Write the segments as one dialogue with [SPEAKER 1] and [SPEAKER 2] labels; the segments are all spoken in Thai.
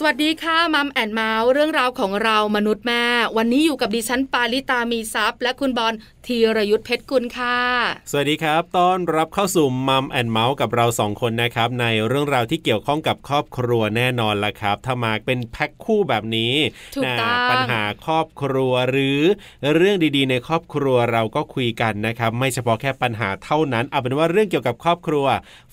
[SPEAKER 1] สวัสดีค่ะมัมแอนเมาส์เรื่องราวของเรามนุษย์แม่ วันนี้อยู่กับดิฉันปาริตามีซัพย์ และคุณบอลธีรยุทธเพชรกุลค่ะ
[SPEAKER 2] สวัสดีครับต้อนรับเข้าสู่มัมแอนเมาส์กับเราสองคนนะครับ ในเรื่องราวที่เกี่ยวข้องกับครอบครัวแน่นอนละครับ ถ้ามาเป็นแพ็คคู่แบบนี้
[SPEAKER 1] ถูก
[SPEAKER 2] นะ
[SPEAKER 1] ต้อง
[SPEAKER 2] ปัญหาครอบครัวหรือเรื่องดีๆ ในครอบครัวเราก็คุยกันนะครับ ไม่เฉพาะแค่ปัญหาเท่านั้น เอาเป็นว่าเรื่องเกี่ยวกับครอบครัว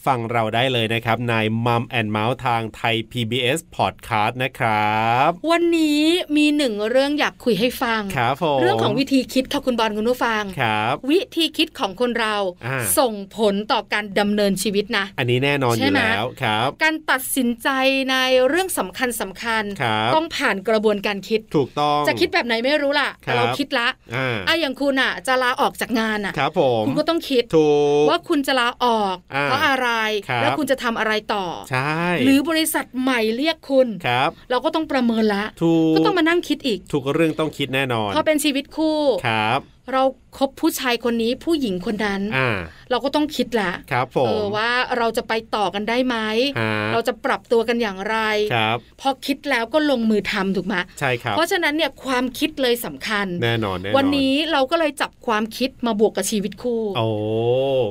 [SPEAKER 2] ฟังเราได้เลยนะครับในมัมแอนเมาส์ทางไทย PBS Podcast นะครับ
[SPEAKER 1] วันนี้มีหนึ่งเรื่องอยากคุยให้ฟัง
[SPEAKER 2] ครับผม
[SPEAKER 1] เรื่องของวิธีคิดค่ะคุณบอลคุณผู้ฟัง
[SPEAKER 2] ครับ
[SPEAKER 1] วิธีคิดของคนเรา
[SPEAKER 2] อ่า
[SPEAKER 1] ส่งผลต่อการดำเนินชีวิตนะ
[SPEAKER 2] อันนี้แน่นอนอ
[SPEAKER 1] ใช่
[SPEAKER 2] ยู่
[SPEAKER 1] ไหม
[SPEAKER 2] แล้วครับ
[SPEAKER 1] การตัดสินใจในเรื่องสำคัญสำคัญๆ
[SPEAKER 2] ครับ
[SPEAKER 1] ต้องผ่านกระบวนการคิด
[SPEAKER 2] ถูกต้อง
[SPEAKER 1] จะคิดแบบไหนไม่รู้ล่ะแต่เรา
[SPEAKER 2] ครับ
[SPEAKER 1] คิดละ
[SPEAKER 2] อ่า
[SPEAKER 1] อ่ะอย่างคุณอ่ะ จะลาออกจากงานอ่ะ
[SPEAKER 2] ครับผม
[SPEAKER 1] คุณก็ต้องคิด
[SPEAKER 2] ถูก
[SPEAKER 1] ว่าคุณจะลาออก
[SPEAKER 2] อ่า
[SPEAKER 1] เพราะอะไร
[SPEAKER 2] ครับ
[SPEAKER 1] แล้วคุณจะทำอะไรต่อ
[SPEAKER 2] ใช่
[SPEAKER 1] หรือบริษัทใหม่เรียกคุณ
[SPEAKER 2] ครับ
[SPEAKER 1] เราก็ต้องประเมินละ
[SPEAKER 2] ถูก
[SPEAKER 1] ก็ต้องมานั่งคิดอีก
[SPEAKER 2] ถูกเรื่องต้องคิดแน่นอน
[SPEAKER 1] พอเป็นชีวิตคู่
[SPEAKER 2] ครับ
[SPEAKER 1] เราคบผู้ชายคนนี้ผู้หญิงคนนั้น
[SPEAKER 2] อ่า
[SPEAKER 1] เราก็ต้องคิดละ
[SPEAKER 2] ครับผม
[SPEAKER 1] เออว่าเราจะไปต่อกันได้ไหม
[SPEAKER 2] ฮะ
[SPEAKER 1] เราจะปรับตัวกันอย่างไร
[SPEAKER 2] ครับ
[SPEAKER 1] พอคิดแล้วก็ลงมือทำถูกไหม
[SPEAKER 2] ใช่ครับ
[SPEAKER 1] เพราะฉะนั้นเนี่ยความคิดเลยสำคัญ
[SPEAKER 2] แน่นอนแน่นอน
[SPEAKER 1] วันนี้เราก็เลยจับความคิดมาบวกกับชีวิตคู่
[SPEAKER 2] โอ้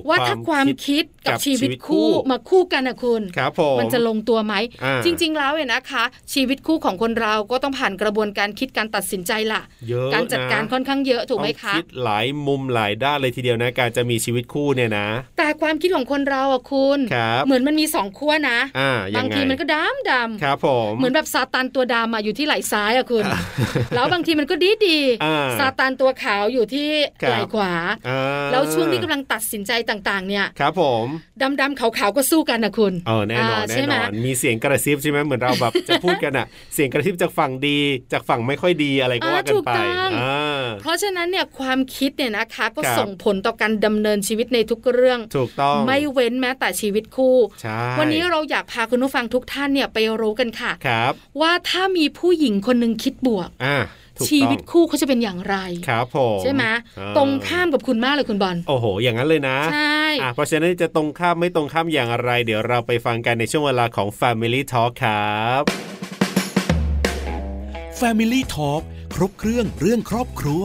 [SPEAKER 1] ว่าถ้าความคิดกับชีวิตคู่มาคู่กันนะคุณ
[SPEAKER 2] ครับผม
[SPEAKER 1] มันจะลงตัวไหม
[SPEAKER 2] อ่า
[SPEAKER 1] จริง ๆ แล้วเนี่ยนะคะ ชีวิตคู่ของคนเราก็ต้องผ่านกระบวนการคิดการตัดสินใจล่ะ
[SPEAKER 2] เยอะ
[SPEAKER 1] การจัดการ
[SPEAKER 2] นะ
[SPEAKER 1] ค่อนข้างเยอะถูกไหม
[SPEAKER 2] ต้อง
[SPEAKER 1] คะ
[SPEAKER 2] คิดหลายมุมหลายด้านเลยทีเดียวนะ การจะมีชีวิตคู่เนี่ยนะ
[SPEAKER 1] แต่ความคิดของคนเราอ่ะคุณ
[SPEAKER 2] ครับ
[SPEAKER 1] เหมือนมันมีสองขั้วนะ
[SPEAKER 2] อ่ายั
[SPEAKER 1] บาง
[SPEAKER 2] งไง
[SPEAKER 1] ทีมันก็ดำดำ
[SPEAKER 2] ครับผม
[SPEAKER 1] เหมือนแบบซาตานตัวดำอะอยู่ที่ไหล่ซ้ายอะคุณ แล้วบางทีมันก็ดีดีๆ
[SPEAKER 2] อ่า
[SPEAKER 1] ซาตานตัวขาวอยู่ที่
[SPEAKER 2] ครับ
[SPEAKER 1] ไหล่ขวา
[SPEAKER 2] อ่า
[SPEAKER 1] แล้วช่วงที่กำลังตัดสินใจต่างๆ เนี่ย
[SPEAKER 2] ครับผม
[SPEAKER 1] ดำดำขาวขาวๆก็สู้กันนะคุณ
[SPEAKER 2] เออแน่นอนา แน่
[SPEAKER 1] ใช่ไห
[SPEAKER 2] น
[SPEAKER 1] ม
[SPEAKER 2] อนมีเสียงกระซิบใช่ไหมเหมือนเราแบบ จะพูดกันอะ เสียงกระซิบจากฝั่งดี จากฝั่งไม่ค่อยดีอะไรก็
[SPEAKER 1] อ่า
[SPEAKER 2] ว่ากันไป
[SPEAKER 1] ถูกต้อง
[SPEAKER 2] อ่า
[SPEAKER 1] เพราะฉะนั้นเนี่ยความคิดเนี่ยนะคะก็
[SPEAKER 2] ครับ
[SPEAKER 1] ส่งผลต่อการดำเนินชีวิตในทุกเรื่อง
[SPEAKER 2] ถูกต้อง
[SPEAKER 1] ไม่เว้นแม้แต่ชีวิตคู่
[SPEAKER 2] ใช่
[SPEAKER 1] วันนี้เราอยากพาคุณผู้ฟังทุกท่านเนี่ยไปรู้กันค่ะ
[SPEAKER 2] ครับ
[SPEAKER 1] ว่าถ้ามีผู้หญิงคนหนึ่งคิดบวก
[SPEAKER 2] อ่าถูกต้อง
[SPEAKER 1] ชีวิตคู่เขาจะเป็นอย่างไร
[SPEAKER 2] ครับผม
[SPEAKER 1] ใช่ไหม
[SPEAKER 2] อ่
[SPEAKER 1] ตรงข้ามกับคุณมากเลยคุณบอล
[SPEAKER 2] โอ้โห อย่างนั้นเลยนะ
[SPEAKER 1] ใช่
[SPEAKER 2] อ่ะเพราะฉะนั้นจะตรงข้ามไม่ตรงข้ามอย่างไร เดี๋ยวเราไปฟังกันในช่วงเวลาของ Family Talk ครับ
[SPEAKER 3] Family Talk ครบเครื่องเรื่องครอบครัว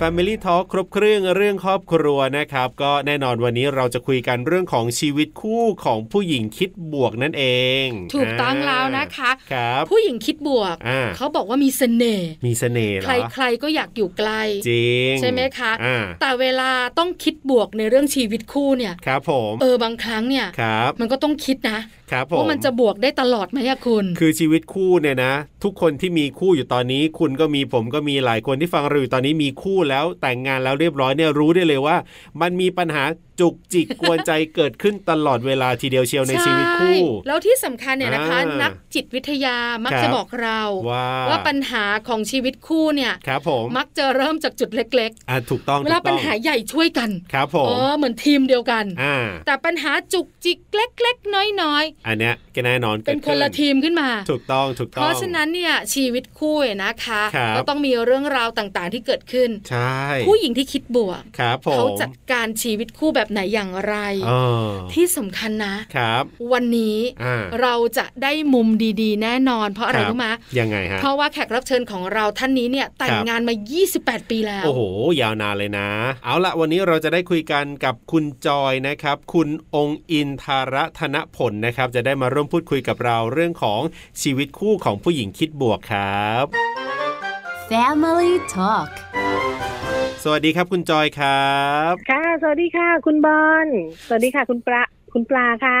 [SPEAKER 2] Family Talk ครบเครื่องเรื่องครอบครัวนะครับ ก็แน่นอนวันนี้เราจะคุยกันเรื่องของชีวิตคู่ของผู้หญิงคิดบวกนั่นเอง
[SPEAKER 1] ถูกต้องแล้วนะคะ
[SPEAKER 2] ครับ
[SPEAKER 1] ผู้หญิงคิดบวก
[SPEAKER 2] อ่า
[SPEAKER 1] เขาบอกว่ามีเสน่ห์
[SPEAKER 2] มีเสน่ห์เหร
[SPEAKER 1] ใ
[SPEAKER 2] อ
[SPEAKER 1] ครๆก็อยากอยู่ใกล้
[SPEAKER 2] จริง
[SPEAKER 1] ใช่ไหมคะ
[SPEAKER 2] อ่า
[SPEAKER 1] แต่เวลาต้องคิดบวกในเรื่องชีวิตคู่เนี่ย
[SPEAKER 2] ครับผม
[SPEAKER 1] เออบางครั้งเนี่ย
[SPEAKER 2] ครับ
[SPEAKER 1] มันก็ต้องคิดนะ
[SPEAKER 2] ครับผม
[SPEAKER 1] ว่ามันจะบวกได้ตลอดไหมอะคุณ
[SPEAKER 2] คือชีวิตคู่เนี่ยนะ ทุกคนที่มีคู่อยู่ตอนนี้ คุณก็มีผมก็มีหลายคนที่ฟังเราอยู่ตอนนี้มีคู่แล้วแต่งงานแล้วเรียบร้อยเนี่ยรู้ได้เลยว่า มันมีปัญหาจุกจิก กวนใจเกิดขึ้นตลอดเวลาทีเดียวเชียวในชีวิตคู่
[SPEAKER 1] ใช่แล้วที่สำคัญเนี่ยนะคะ
[SPEAKER 2] อ่านั
[SPEAKER 1] นักจิตวิทยามัก
[SPEAKER 2] ครับ
[SPEAKER 1] จะบอกเรา
[SPEAKER 2] ว่า
[SPEAKER 1] ว่าปัญหาของชีวิตคู่เนี่ย
[SPEAKER 2] ครับผม
[SPEAKER 1] มักจะเริ่มจากจุดเล็ก
[SPEAKER 2] อ่ะถูกต้อง
[SPEAKER 1] ๆ เวลา
[SPEAKER 2] ถูก
[SPEAKER 1] ปั
[SPEAKER 2] ต้
[SPEAKER 1] ญ
[SPEAKER 2] อง
[SPEAKER 1] หาใหญ่ช่วยกัน
[SPEAKER 2] ครับผ
[SPEAKER 1] เอ
[SPEAKER 2] ม
[SPEAKER 1] อเหมือนทีมเดียวกัน
[SPEAKER 2] อ่า
[SPEAKER 1] แต่ปัญหาจุกจิกเล็กๆ น้อย
[SPEAKER 2] อันเนี้ยก็แน่นอน
[SPEAKER 1] ๆ เป็นคนละ
[SPEAKER 2] กิด
[SPEAKER 1] ทีมขึ้นมา
[SPEAKER 2] ถูกต้องถูก
[SPEAKER 1] เพ
[SPEAKER 2] ต้อง
[SPEAKER 1] ราะฉะนั้นเนี่ยชีวิตคู่เนี่ยนะคะ
[SPEAKER 2] ครับ
[SPEAKER 1] ก็ต้องมีเรื่องราวต่างๆ ที่เกิดขึ้น
[SPEAKER 2] ใช่
[SPEAKER 1] ผู้หญิงที่คิดบวก
[SPEAKER 2] ครับผม
[SPEAKER 1] เขาจัดการชีวิตคู่แบบไหนอย่างไร
[SPEAKER 2] เออ
[SPEAKER 1] ที่สำคัญนะ
[SPEAKER 2] ครับ
[SPEAKER 1] วันนี้
[SPEAKER 2] อ่า
[SPEAKER 1] เราจะได้มุมดีๆ แน่นอน เพราะอะไร
[SPEAKER 2] คบ
[SPEAKER 1] รู้ไหมย
[SPEAKER 2] ยังไงฮะ
[SPEAKER 1] เพราะว่าแขกรับเชิญของเราท่านนี้เนี่ยแต่งงานมา 28 ปีแล้ว
[SPEAKER 2] โอ้โห ยาวนานเลยนะ เอาละวันนี้เราจะได้คุยกันกับคุณจอยนะครับ คุณองค์อินทาระธนผลนะครับ จะได้มาร่วมพูดคุยกับเราเรื่องของชีวิตคู่ของผู้หญิงคิดบวกครับ
[SPEAKER 4] Family Talk
[SPEAKER 2] สวัสดีครับคุณจอยครับ
[SPEAKER 5] ค่ะ สวัสดีค่ะ คุณบอล สวัสดีค่ะ คุณปลาคุณปลาค่ะ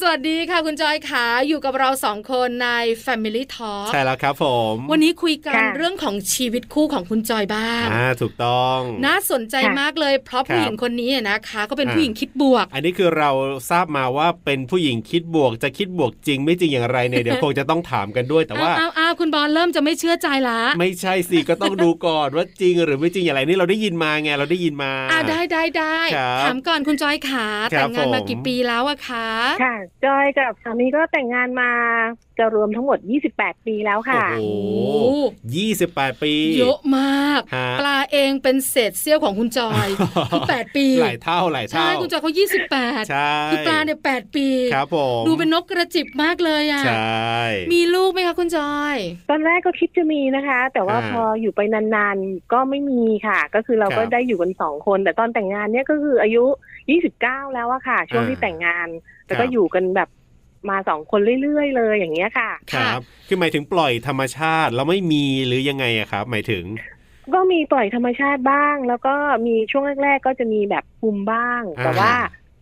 [SPEAKER 1] สวัสดีค่ะคุณจอยขาอยู่กับเราสองคนใน Family Talk
[SPEAKER 2] ใช่แล้วครับผม
[SPEAKER 1] วันนี้คุยกัน
[SPEAKER 5] ค่ะ
[SPEAKER 1] เรื่องของชีวิตคู่ของคุณจอยบ้าง
[SPEAKER 2] อ่าถูกต้อง
[SPEAKER 1] น่าสนใจ
[SPEAKER 5] ค่ะ
[SPEAKER 1] มากเลย เพราะ
[SPEAKER 2] ครั
[SPEAKER 1] ผู้
[SPEAKER 2] บ
[SPEAKER 1] หญิงคนนี้เนี่ยนะคะ ก็เป็น
[SPEAKER 2] อ่า
[SPEAKER 1] ผู้หญิงคิดบวก
[SPEAKER 2] อันนี้คือเราทราบมาว่าเป็นผู้หญิงคิดบวก จะคิดบวกจริงไม่จริงอย่างไร เนี่ยเดี๋ยว คงจะต้องถามกันด้วย แต่ว่า
[SPEAKER 1] อ้าวอ้าวคุณบอลเริ่มจะไม่เชื่อใจละ
[SPEAKER 2] ไม่ใช่สิก็ต้องดูก่อนว่าจริงหรือไม่จริงอย่างไรนี่เราได้ยินมาไงเราได้ยินมา
[SPEAKER 1] อ่าได้ได้ได้
[SPEAKER 2] ครับ
[SPEAKER 1] ถามก่อนคุณจอยขา
[SPEAKER 2] ครั
[SPEAKER 1] แต่
[SPEAKER 2] บ
[SPEAKER 1] งงานมา
[SPEAKER 2] ผม
[SPEAKER 1] กี่ปีแล้วอะคะ
[SPEAKER 5] ค่ะ จอยกับสามีก็แต่งงานมา จะรวมทั้งหมด 28 ปีแล้วค่ะ
[SPEAKER 2] โอ้
[SPEAKER 1] โอ้
[SPEAKER 2] โหยี่สิบแปดปี
[SPEAKER 1] เยอะมาก
[SPEAKER 2] ฮะ
[SPEAKER 1] ปลาเองเป็นเศษเสี้ยวของคุณจ อยคือแปดปี
[SPEAKER 2] หลายเท่าหลาย
[SPEAKER 1] ใช่
[SPEAKER 2] เท่า
[SPEAKER 1] คุณจอยเขายี่สิบแปด
[SPEAKER 2] ใช่
[SPEAKER 1] คือปลาเนี่ยแปดปี
[SPEAKER 2] ครับผม
[SPEAKER 1] ดูเป็นนกกระจิบมากเลยอ่ะ
[SPEAKER 2] ใช่
[SPEAKER 1] มีลูกไหมคะคุณจอย
[SPEAKER 5] ตอนแรกก็คิดจะมีนะคะ แต่ว่า
[SPEAKER 2] อ่า
[SPEAKER 5] พออยู่ไปนานๆ ก็ไม่มีค่ะ ก็คือเราก็
[SPEAKER 2] ครับ
[SPEAKER 5] ได้อยู่กันสองคน แต่ตอนแต่งงานเนี่ยก็คืออายุ 29 แล้วอะค่ะ ช่วง
[SPEAKER 2] อ่า
[SPEAKER 5] ที่แต่งงาน แต่
[SPEAKER 2] ครั
[SPEAKER 5] ก็
[SPEAKER 2] บ
[SPEAKER 5] อยู่กันแบบมาสองคนเรื่อยๆ เลยอย่างเงี้ยค่ะ
[SPEAKER 2] ค
[SPEAKER 1] ค่ะ
[SPEAKER 2] รับคือหมายถึงปล่อยธรรมชาติแล้วไม่มีหรือยังไงอะครับ หมายถึง
[SPEAKER 5] ก็มีปล่อยธรรมชาติบ้าง แล้วก็มีช่วงแรกๆ ก็จะมีแบบคุมบ้าง
[SPEAKER 2] อ่า
[SPEAKER 5] แต่ว่า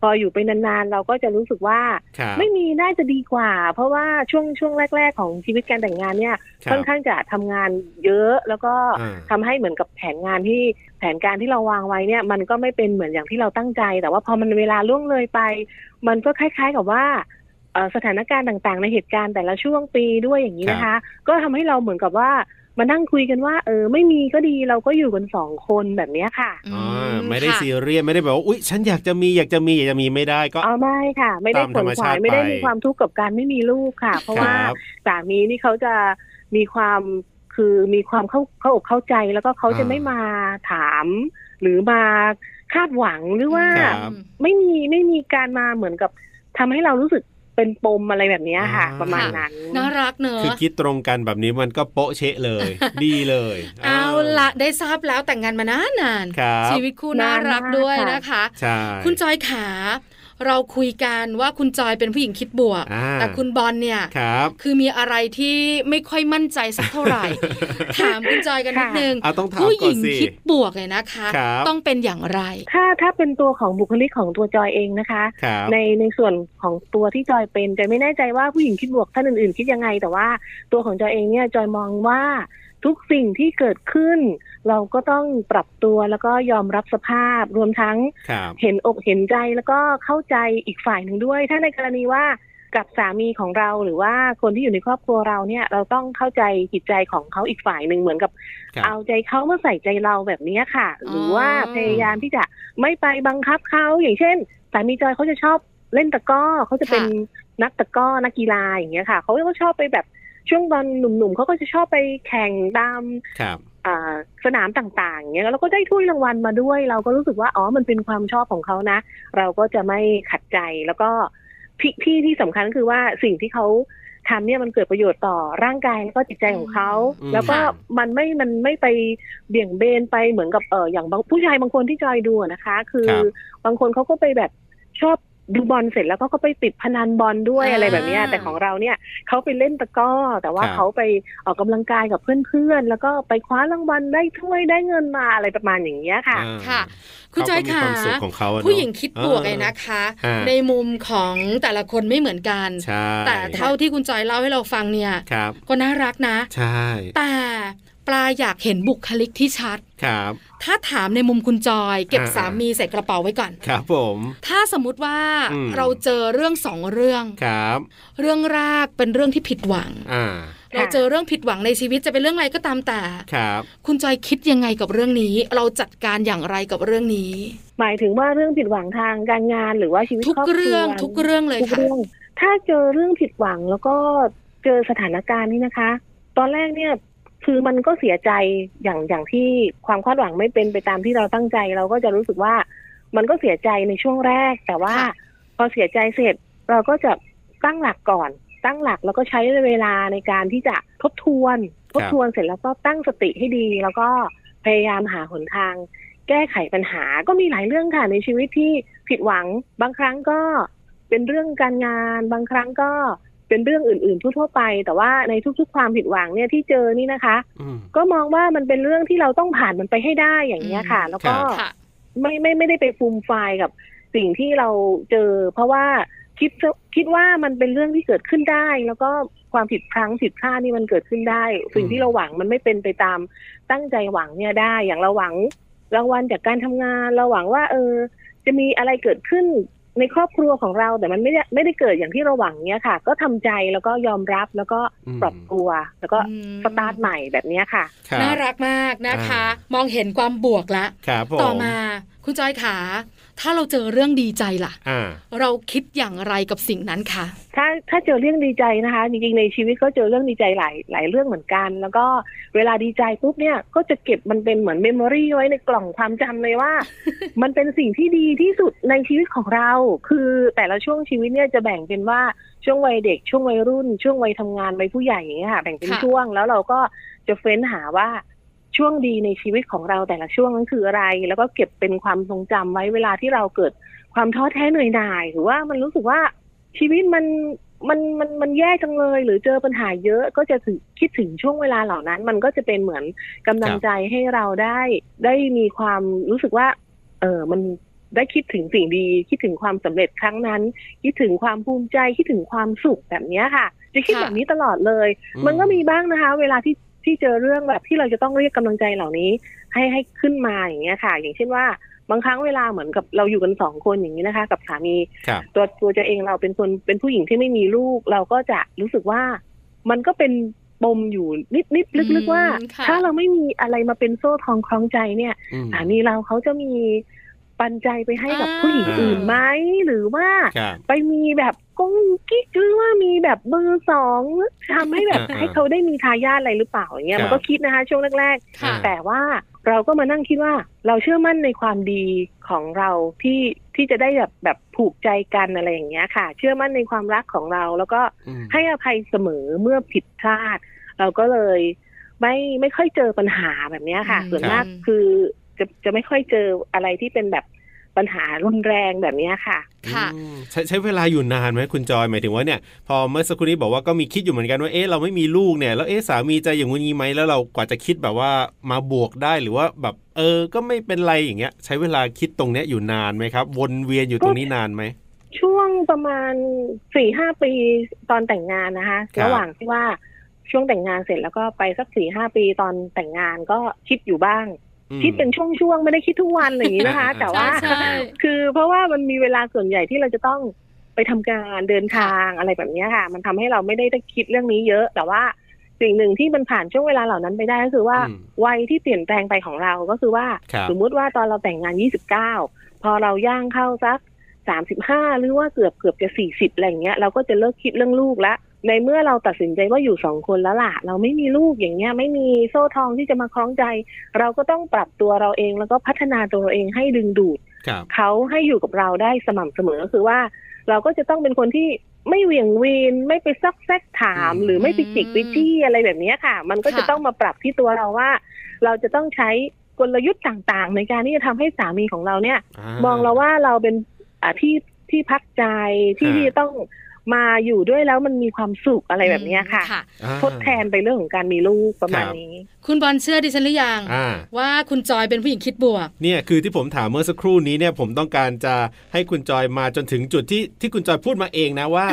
[SPEAKER 5] พออยู่ไปนานๆ เราก็จะรู้สึกว่า
[SPEAKER 2] ครับ
[SPEAKER 5] ไม่มีน่าจะดีกว่า เพราะว่าช่วงช่วงแรก ๆ ของชีวิตการแต่งงานเนี่ย
[SPEAKER 2] ครับ
[SPEAKER 5] ค่อนข้างจะทำงานเยอะแล้วก็
[SPEAKER 2] อ่า
[SPEAKER 5] ทำให้เหมือนกับแผนงานที่แผนการที่เราวางไว้เนี่ย มันก็ไม่เป็นเหมือนอย่างที่เราตั้งใจ แต่ว่าพอมันเวลาล่วงเลยไป มันก็คล้าย ๆกับว่าเอ่อสถานการณ์ต่างๆ ในเหตุการณ์แต่ละช่วงปีด้วยอย่างนี้นะคะ ก็ทำให้เราเหมือนกับว่ามานั่งคุยกันว่า เออ ไม่มีก็ดีเราก็อยู่กันสองคนแบบเนี้ยค่ะ
[SPEAKER 1] อื
[SPEAKER 2] อ่าไม่ได้
[SPEAKER 1] ค่ะ
[SPEAKER 2] ซีเรียสไม่ได้แบบว่าอุ๊ย ฉันอยากจะมีอยากจะมีอยากจะมีไม่ได้ก็
[SPEAKER 5] เอาไม่ค่ะ ไม่ได้
[SPEAKER 2] ตาม
[SPEAKER 5] ข
[SPEAKER 2] ธร
[SPEAKER 5] น
[SPEAKER 2] รม
[SPEAKER 5] ข
[SPEAKER 2] ชาว
[SPEAKER 5] า
[SPEAKER 2] ติ
[SPEAKER 5] ยไม่ได้
[SPEAKER 2] ไป
[SPEAKER 5] มีความทุกข์กับการไม่มีลูกค่ะ เพราะ
[SPEAKER 2] ค
[SPEAKER 5] ว่า
[SPEAKER 2] รับ
[SPEAKER 5] สามีนี่เขาจะมีความคือมีความเข้าเข้าอกเข้าใจแล้วก็เขาจะ
[SPEAKER 2] อ่า
[SPEAKER 5] ไม่มาถาม หรือมาคาดหวังหรือว่า
[SPEAKER 2] ครับ
[SPEAKER 5] ไม่มีไม่มีการมาเหมือนกับทำให้เรารู้สึกเป็นปมอะไรแบบเนี้ยค่ะ
[SPEAKER 2] อ่า
[SPEAKER 5] ประมาณนั้น
[SPEAKER 1] น่ารักเนอะ
[SPEAKER 2] คือคิดตรงกันแบบนี้มันก็โป๊ะเชะเลย ดีเลย
[SPEAKER 1] เอาละได้ทราบแล้วแต่งงานมานานนานๆ
[SPEAKER 2] ครับ
[SPEAKER 1] ชีวิตคู่น่าน
[SPEAKER 5] านมาก
[SPEAKER 1] รักด้วย
[SPEAKER 5] ค่ะ
[SPEAKER 1] นะคะ
[SPEAKER 2] ใช่
[SPEAKER 1] คุณจอยขา เราคุยกันว่าคุณจอยเป็นผู้หญิงคิดบวก
[SPEAKER 2] อ่า
[SPEAKER 1] แต่คุณบอลเนี่ย
[SPEAKER 2] ครับ
[SPEAKER 1] คือมีอะไรที่ไม่ค่อยมั่นใจสักเท่า ไหร่ ถามคุณจอยกันนิดนึง
[SPEAKER 2] เอาต้องถาม
[SPEAKER 1] ผู้ห
[SPEAKER 2] ก่อ
[SPEAKER 1] ญิ
[SPEAKER 2] น
[SPEAKER 1] ง
[SPEAKER 2] สิ
[SPEAKER 1] คิดบวกเนี่ยนะคะ
[SPEAKER 2] ครับ
[SPEAKER 1] ต้องเป็นอย่างไร
[SPEAKER 5] ถ้าถ้าเป็นตัวของบุคลิกของตัวจอยเองนะคะ
[SPEAKER 2] ครับ
[SPEAKER 5] ในในส่วนของตัวที่จอยเป็นจอยไม่แน่ใจว่าผู้หญิงคิดบวกท่านอื่นๆ คิดยังไง แต่ว่าตัวของจอยเองเนี่ยจอยมองว่าทุกสิ่งที่เกิดขึ้น เราก็ต้องปรับตัวแล้วก็ยอมรับสภาพ รวมทั้ง
[SPEAKER 2] ครับ
[SPEAKER 5] เห็นอกเห็นใจแล้วก็เข้าใจอีกฝ่ายหนึ่งด้วย ถ้าในกรณีว่ากับสามีของเราหรือว่าคนที่อยู่ในครอบครัวเราเนี่ยเราต้องเข้าใจจิตใจของเขาอีกฝ่ายหนึ่งเหมือนกับ
[SPEAKER 2] ครับ
[SPEAKER 5] เอาใจเขามาใส่ใจเราแบบนี้ค่ะ
[SPEAKER 1] อ๋อ
[SPEAKER 5] หรือว่าพยายามที่จะไม่ไปบังคับเขาอย่างเช่นสามีจอยเขาจะชอบเล่นตะกร้อเขาจะเป็นนักตะกร้อนักกีฬาอย่างเงี้ยค่ะเขาก็ชอบไปแบบช่วงตอนหนุ่มๆเขาก็จะชอบไปแข่งตาม
[SPEAKER 2] ครับ
[SPEAKER 5] อ่าสนามต่างๆอย่างเงี้ยแล้วก็ได้ถ้วยรางวัลมาด้วย เราก็รู้สึกว่าอ๋อมันเป็นความชอบของเขานะ เราก็จะไม่ขัดใจแล้วก็ที่ที่ที่สำคัญก็คือว่าสิ่งที่เขาทำเนี่ยมันเกิดประโยชน์ต่อร่างกายแล้วก็จิตใจของเขา
[SPEAKER 2] อืม
[SPEAKER 5] แล้วก็มันไม่ มันไม่ไปเบี่ยงเบนไปเหมือนกับเอออย่างบางผู้ชายบางคนที่จอยดูอะนะคะ คือ
[SPEAKER 2] ครับ
[SPEAKER 5] บางคนเขาก็ไปแบบชอบดูบอลเสร็จแล้วก็เขาไปติดพนันบอลด้วย
[SPEAKER 1] อ่า
[SPEAKER 5] อะไรแบบเนี้ยแต่ของเราเนี่ยเขาไปเล่นตะกร้อ แต่ว่าเขาไปออกกำลังกายกับเพื่อนๆ แล้วก็ไปคว้ารางวัลได้ถ้วยได้เงินมาอะไรประมาณอย่างเงี้ยค่ะ
[SPEAKER 2] อ่า
[SPEAKER 1] ค่ะ
[SPEAKER 2] เขา
[SPEAKER 1] คุณจอย
[SPEAKER 2] ก็
[SPEAKER 1] ขา
[SPEAKER 2] มีวามสุขของเขาอะเนอะ
[SPEAKER 1] ผู้หญิงคิดบวก
[SPEAKER 2] ออ
[SPEAKER 1] เลยนะคะ
[SPEAKER 2] อ่า
[SPEAKER 1] ในมุมของแต่ละคนไม่เหมือนกัน
[SPEAKER 2] ใช่
[SPEAKER 1] แต่เท่าที่คุณจอยเล่าให้เราฟังเนี่ย
[SPEAKER 2] ครับ
[SPEAKER 1] ก็น่ารักนะ
[SPEAKER 2] ใช่
[SPEAKER 1] แต่ปลาอยากเห็นบุคลิกที่ชัด
[SPEAKER 2] ครับ
[SPEAKER 1] ถ้าถามในมุมคุณจอย เก็บ
[SPEAKER 2] อ่า
[SPEAKER 1] สามีใส่กระเป๋าไว้ก่อน
[SPEAKER 2] ครับผม
[SPEAKER 1] ถ้าสมมติว่า
[SPEAKER 2] อืม
[SPEAKER 1] เราเจอเรื่องสองเรื่อง
[SPEAKER 2] ครับ
[SPEAKER 1] เรื่องแรกเป็นเรื่องที่ผิดหวัง
[SPEAKER 2] อ่า
[SPEAKER 5] ค่ะ
[SPEAKER 1] เราเจอเรื่องผิดหวังในชีวิตจะเป็นเรื่องอะไรก็ตามแต่
[SPEAKER 2] ครับ
[SPEAKER 1] คุณจอยคิดยังไงกับเรื่องนี้ เราจัดการอย่างไรกับเรื่องนี้
[SPEAKER 5] หมายถึงว่าเรื่องผิดหวังทางการงานหรือว่าชีวิต
[SPEAKER 1] ทุก
[SPEAKER 5] ครอบครัว
[SPEAKER 1] เรื่องทุกเรื่องเลย
[SPEAKER 5] ทุก
[SPEAKER 1] ค่ะ
[SPEAKER 5] เรื่องถ้าเจอเรื่องผิดหวังแล้วก็เจอสถานการณ์นี้นะคะ ตอนแรกเนี่ยคือมันก็เสียใจอย่างอย่างที่ความคาดหวังไม่เป็นไปตามที่เราตั้งใจ เราก็จะรู้สึกว่ามันก็เสียใจในช่วงแรก แต่ว่า
[SPEAKER 1] ค่ะ
[SPEAKER 5] พอเสียใจเสร็จเราก็จะตั้งหลักก่อน ตั้งหลักแล้วก็ใช้เวลาในการที่จะทบทวน ทบทวนเสร็จแล้วก็ตั้งสติให้ดี แล้วก็พยายามหาหนทาง แก้ไขปัญหาก็มีหลายเรื่องค่ะในชีวิตที่ผิดหวัง บางครั้งก็เป็นเรื่องการงาน บางครั้งก็เป็นเรื่องอื่นๆทั่วๆไป แต่ว่าในทุกๆ ความผิดหวังเนี่ยที่เจอนี่นะคะ
[SPEAKER 2] อืม
[SPEAKER 5] ก็มองว่ามันเป็นเรื่องที่เราต้องผ่านมันไปให้ได้อย่างนี้ยค่ะ
[SPEAKER 1] อืม
[SPEAKER 5] แล้วก็
[SPEAKER 2] รับ
[SPEAKER 1] ค่ะ
[SPEAKER 5] ไม่ไม่ไม่ได้ไปฟูมไฟายกับสิ่งที่เราเจอ เพราะว่าคิดคิดว่ามันเป็นเรื่องที่เกิดขึ้นได้ แล้วก็ความผิดพลั้งผิดพลาดนี่มันเกิดขึ้นได้ สิ่งที่เราหวังมันไม่เป็นไปตาม ตั้งใจหวังเนี่ยได้ อย่างเราหวังรางวัลจากการทำงาน เราหวังว่า เออ จะมีอะไรเกิดขึ้นในครอบครัวของเรา แต่มันไม่ได้ไม่ได้เกิดอย่างที่เราหวังเนี่ยค่ะ ก็ทำใจแล้วก็ยอมรับแล้วก็ปรับตัว แล้วก็
[SPEAKER 1] อืม
[SPEAKER 5] สตาร์ทใหม่แบบเนี้ยค่ะ
[SPEAKER 2] คบ
[SPEAKER 1] น่ารักมากนะคะ
[SPEAKER 2] อ่าม
[SPEAKER 1] มองเห็นความบวกละ
[SPEAKER 2] ครับผม
[SPEAKER 1] ต่อมาคุณจอยขา ถ้าเราเจอเรื่องดีใจล่ะ
[SPEAKER 2] อ่า
[SPEAKER 1] เราคิดอย่างไรกับสิ่งนั้นคะ
[SPEAKER 5] ถ้าถ้าเจอเรื่องดีใจนะคะ จริงๆในชีวิตก็เจอเรื่องดีใจหลายหลายเรื่องเหมือนกัน แล้วก็เวลาดีใจปุ๊บเนี่ยก็จะเก็บมันเป็นเหมือนเมมโมรีไว้ในกล่องความจำเลย ว่า มันเป็นสิ่งที่ดีที่สุดในชีวิตของเรา คือแต่ละช่วงชีวิตเนี่ยจะแบ่งเป็นว่าช่วงวัยเด็กช่วงวัยรุ่น ช่วงวัยทำงานวัยผู้ใหญ่อย่างเงี้ยค่ะแบ่งเป็นช่วงแล้วเราก็จะเฟ้นหาว่าช่วงดีในชีวิตของเราแต่ละช่วงนั้นคืออะไร แล้วก็เก็บเป็นความทรงจำไว้เวลาที่เราเกิดความท้อแท้เหนื่อยหน่าย หรือว่ามันรู้สึกว่า ชีวิตมันมันมันมันแย่จังเลย หรือเจอปัญหาเยอะก็จะถึงคิดถึงช่วงเวลาเหล่านั้น มันก็จะเป็นเหมือนกำลัง
[SPEAKER 2] ครับ
[SPEAKER 5] ใจให้เราได้ได้มีความรู้สึกว่า เออมันได้คิดถึงสิ่งดี คิดถึงความสำเร็จครั้งนั้น คิดถึงความภูมิใจคิดถึงความสุขแบบเนี้ยค่ะ จะคิดแบบนี้ตลอดเลย มันก็มีบ้างนะคะ เวลาที่ที่เจอเรื่องแบบที่เราจะต้องเรียกกำลังใจเหล่านี้ ให้ให้ขึ้นมาอย่างเงี้ยค่ะ อย่างเช่นว่า บางครั้งเวลาเหมือนกับเราอยู่กันสองคนอย่างนี้นะคะ กับสามี
[SPEAKER 2] ครับ
[SPEAKER 5] ตัวตัวเจะเองเราเป็นคนเป็นผู้หญิงที่ไม่มีลูก เราก็จะรู้สึกว่า มันก็เป็นปมอยู่นิดนิดๆลึกๆว่า
[SPEAKER 1] อืมค่ะ
[SPEAKER 5] ถ้าเราไม่มีอะไรมาเป็นโซ่ทองคล้องใจเนี่ย
[SPEAKER 2] อืม
[SPEAKER 5] สามีเราเขาจะมีปันใจไปให้กับ
[SPEAKER 1] อ่า
[SPEAKER 5] ผู้หญิงอื่นไหมหรือว่า
[SPEAKER 2] ครับ
[SPEAKER 5] ไปมีแบบกุ้งกิ๊กหรือว่ามีแบบเบอร์สองทำให้แบบ
[SPEAKER 2] อ่าๆ
[SPEAKER 5] ให้เขาได้มีทายาทอะไรหรือเปล่าอย่างเงี้ย
[SPEAKER 2] ครับ
[SPEAKER 5] มันก็คิดนะคะช่วงแรก
[SPEAKER 2] ค่ะ
[SPEAKER 5] ๆ แต่ว่าเราก็มานั่งคิดว่าเราเชื่อมั่นในความดีของเราที่ที่จะได้แบบแบบผูกใจกันอะไรอย่างเงี้ยค่ะ เชื่อมั่นในความรักของเราแล้วก็
[SPEAKER 2] อืม
[SPEAKER 5] ให้อภัยเสมอเมื่อผิดพลาด เราก็เลยไม่ไม่ค่อยเจอปัญหาแบบเนี้ยค่ะ
[SPEAKER 1] อืม
[SPEAKER 5] ส่วนมาก
[SPEAKER 1] ครับ
[SPEAKER 5] คือจะจะไม่ค่อยเจออะไรที่เป็นแบบปัญหารุนแรงแบบเนี้ยค่ะ
[SPEAKER 1] ค่ะ
[SPEAKER 2] อืมใช้ใช้เวลาอยู่นานไหมคุณจอยหมายถึงว่าเนี่ย พอเมื่อสักครู่นี้บอกว่าก็มีคิดอยู่เหมือนกันว่าเอ๊ะเราไม่มีลูกเนี่ยแล้วเอ๊ะสามีจะอย่างงู้นี้ไหมแล้วเรากว่าจะคิดแบบว่ามาบวกได้หรือว่าแบบเออก็ไม่เป็นไรอย่างเงี้ย ใช้เวลาคิดตรงเนี้ยอยู่นานไหมครับ วนเวียนอยู่ตรงนี้นานไหม
[SPEAKER 5] ช่วงประมาณสี่ห้าปีตอนแต่งงานนะคะ
[SPEAKER 2] ครับ
[SPEAKER 5] ระหว่างที่ว่าช่วงแต่งงานเสร็จแล้วก็ไปสักสี่ห้าปีตอนแต่งงานก็คิดอยู่บ้าง
[SPEAKER 2] อืม
[SPEAKER 5] คิดเป็นช่วงๆไม่ได้คิดทุกวันอะไรอย่างนี้นะคะ
[SPEAKER 2] อ่าๆ
[SPEAKER 5] แต่ว่า
[SPEAKER 1] ใช่ใช่
[SPEAKER 5] คือเพราะว่ามันมีเวลาส่วนใหญ่ที่เราจะต้องไปทำงานเดินทางอะไรแบบเนี้ยค่ะ มันทำให้เราไม่ได้คิดเรื่องนี้เยอะ แต่ว่าสิ่งหนึ่งที่มันผ่านช่วงเวลาเหล่านั้นไปได้ก็คือว่า
[SPEAKER 2] อืม
[SPEAKER 5] วัยที่เปลี่ยนแปลงไปของเราก็คือว่า
[SPEAKER 2] ครับ
[SPEAKER 5] สมมุติว่าตอนเราแต่งงาน 29 พอเราย่างเข้าสัก 35 หรือว่าเกือบเกือบจะ 40อะไรอย่างเงี้ยเราก็จะเลิกคิดเรื่องลูกละในเมื่อเราตัดสินใจว่าอยู่สองคนแล้วล่ะ เราไม่มีลูกอย่างเงี้ย ไม่มีโซ่ทองที่จะมาคล้องใจ เราก็ต้องปรับตัวเราเองแล้วก็พัฒนาตัวเราเองให้ดึงดูด
[SPEAKER 2] ครับ
[SPEAKER 5] เขาให้อยู่กับเราได้สม่ำเสมอก็คือว่า เราก็จะต้องเป็นคนที่ไม่เหวี่ยงวีนไม่ไปซักแซกถาม หรือไม่ไปจิกไปจี้อะไรแบบเนี้ยค่ะ มันก็จะ
[SPEAKER 1] ค่ะ
[SPEAKER 5] ต้องมาปรับที่ตัวเราว่า เราจะต้องใช้กลยุทธ์ต่างๆ ในการที่จะทำให้สามีของเราเนี่ย
[SPEAKER 2] าม
[SPEAKER 5] องเราว่าเราเป็นอ่าที่ที่พักใจที่ที่จะต้องมาอยู่ด้วยแล้วมันมีความสุขอะไรแบบเนี้ยค่ะ
[SPEAKER 2] อ่า
[SPEAKER 5] ทดแทนไปเรื่องของการมีลูกประมาณ
[SPEAKER 2] ครับ
[SPEAKER 5] นี้
[SPEAKER 1] คุณบอลเชื่อดิฉันหรือยัง
[SPEAKER 2] อ่า
[SPEAKER 1] ว่าคุณจอยเป็นผู้หญิงคิดบวก
[SPEAKER 2] เนี่ยคือที่ผมถามเมื่อสักครู่นี้เนี่ยผมต้องการจะให้คุณจอยมาจนถึงจุดที่ที่คุณจอยพูดมาเองนะ ว่า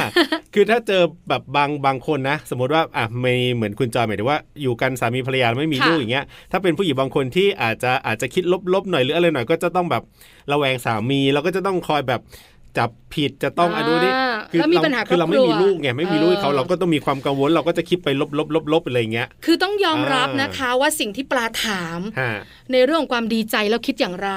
[SPEAKER 2] คือถ้าเจอแบบบางบางคนนะ สมมติว่าอ่ะไม่เหมือนคุณจอยหมายถึงว่าอยู่กันสามีภรรยาไม่มี
[SPEAKER 1] ค่ะ
[SPEAKER 2] ลูกอย่างเงี้ยถ้าเป็นผู้หญิงบางคนที่อาจจะอาจจะคิดลบๆหน่อยหรืออะไรหน่อยก็จะต้องแบบระแวงสามีแล้วก็จะต้องคอยแบบจับผิดจะต้อง
[SPEAKER 1] อ่า
[SPEAKER 2] อันนู้นนี่คื
[SPEAKER 1] แล้วมี
[SPEAKER 2] เรา
[SPEAKER 1] ปัญหา
[SPEAKER 2] คือเราไม่
[SPEAKER 1] ค
[SPEAKER 2] มี
[SPEAKER 1] รอบครัว
[SPEAKER 2] ลูกไงไม่มีลูกให้เขา
[SPEAKER 1] เออ
[SPEAKER 2] เราก็ต้องมีความกังวลเราก็จะคิดไปลบๆๆๆอะไรอย่างเงี้ย
[SPEAKER 1] คือต้องยอม
[SPEAKER 2] อ่ารั
[SPEAKER 1] รับนะคะว่าสิ่งที่ปลาถาม
[SPEAKER 2] ฮะ
[SPEAKER 1] ในเรื่องของความดีใจแล้วคิดอย่างไร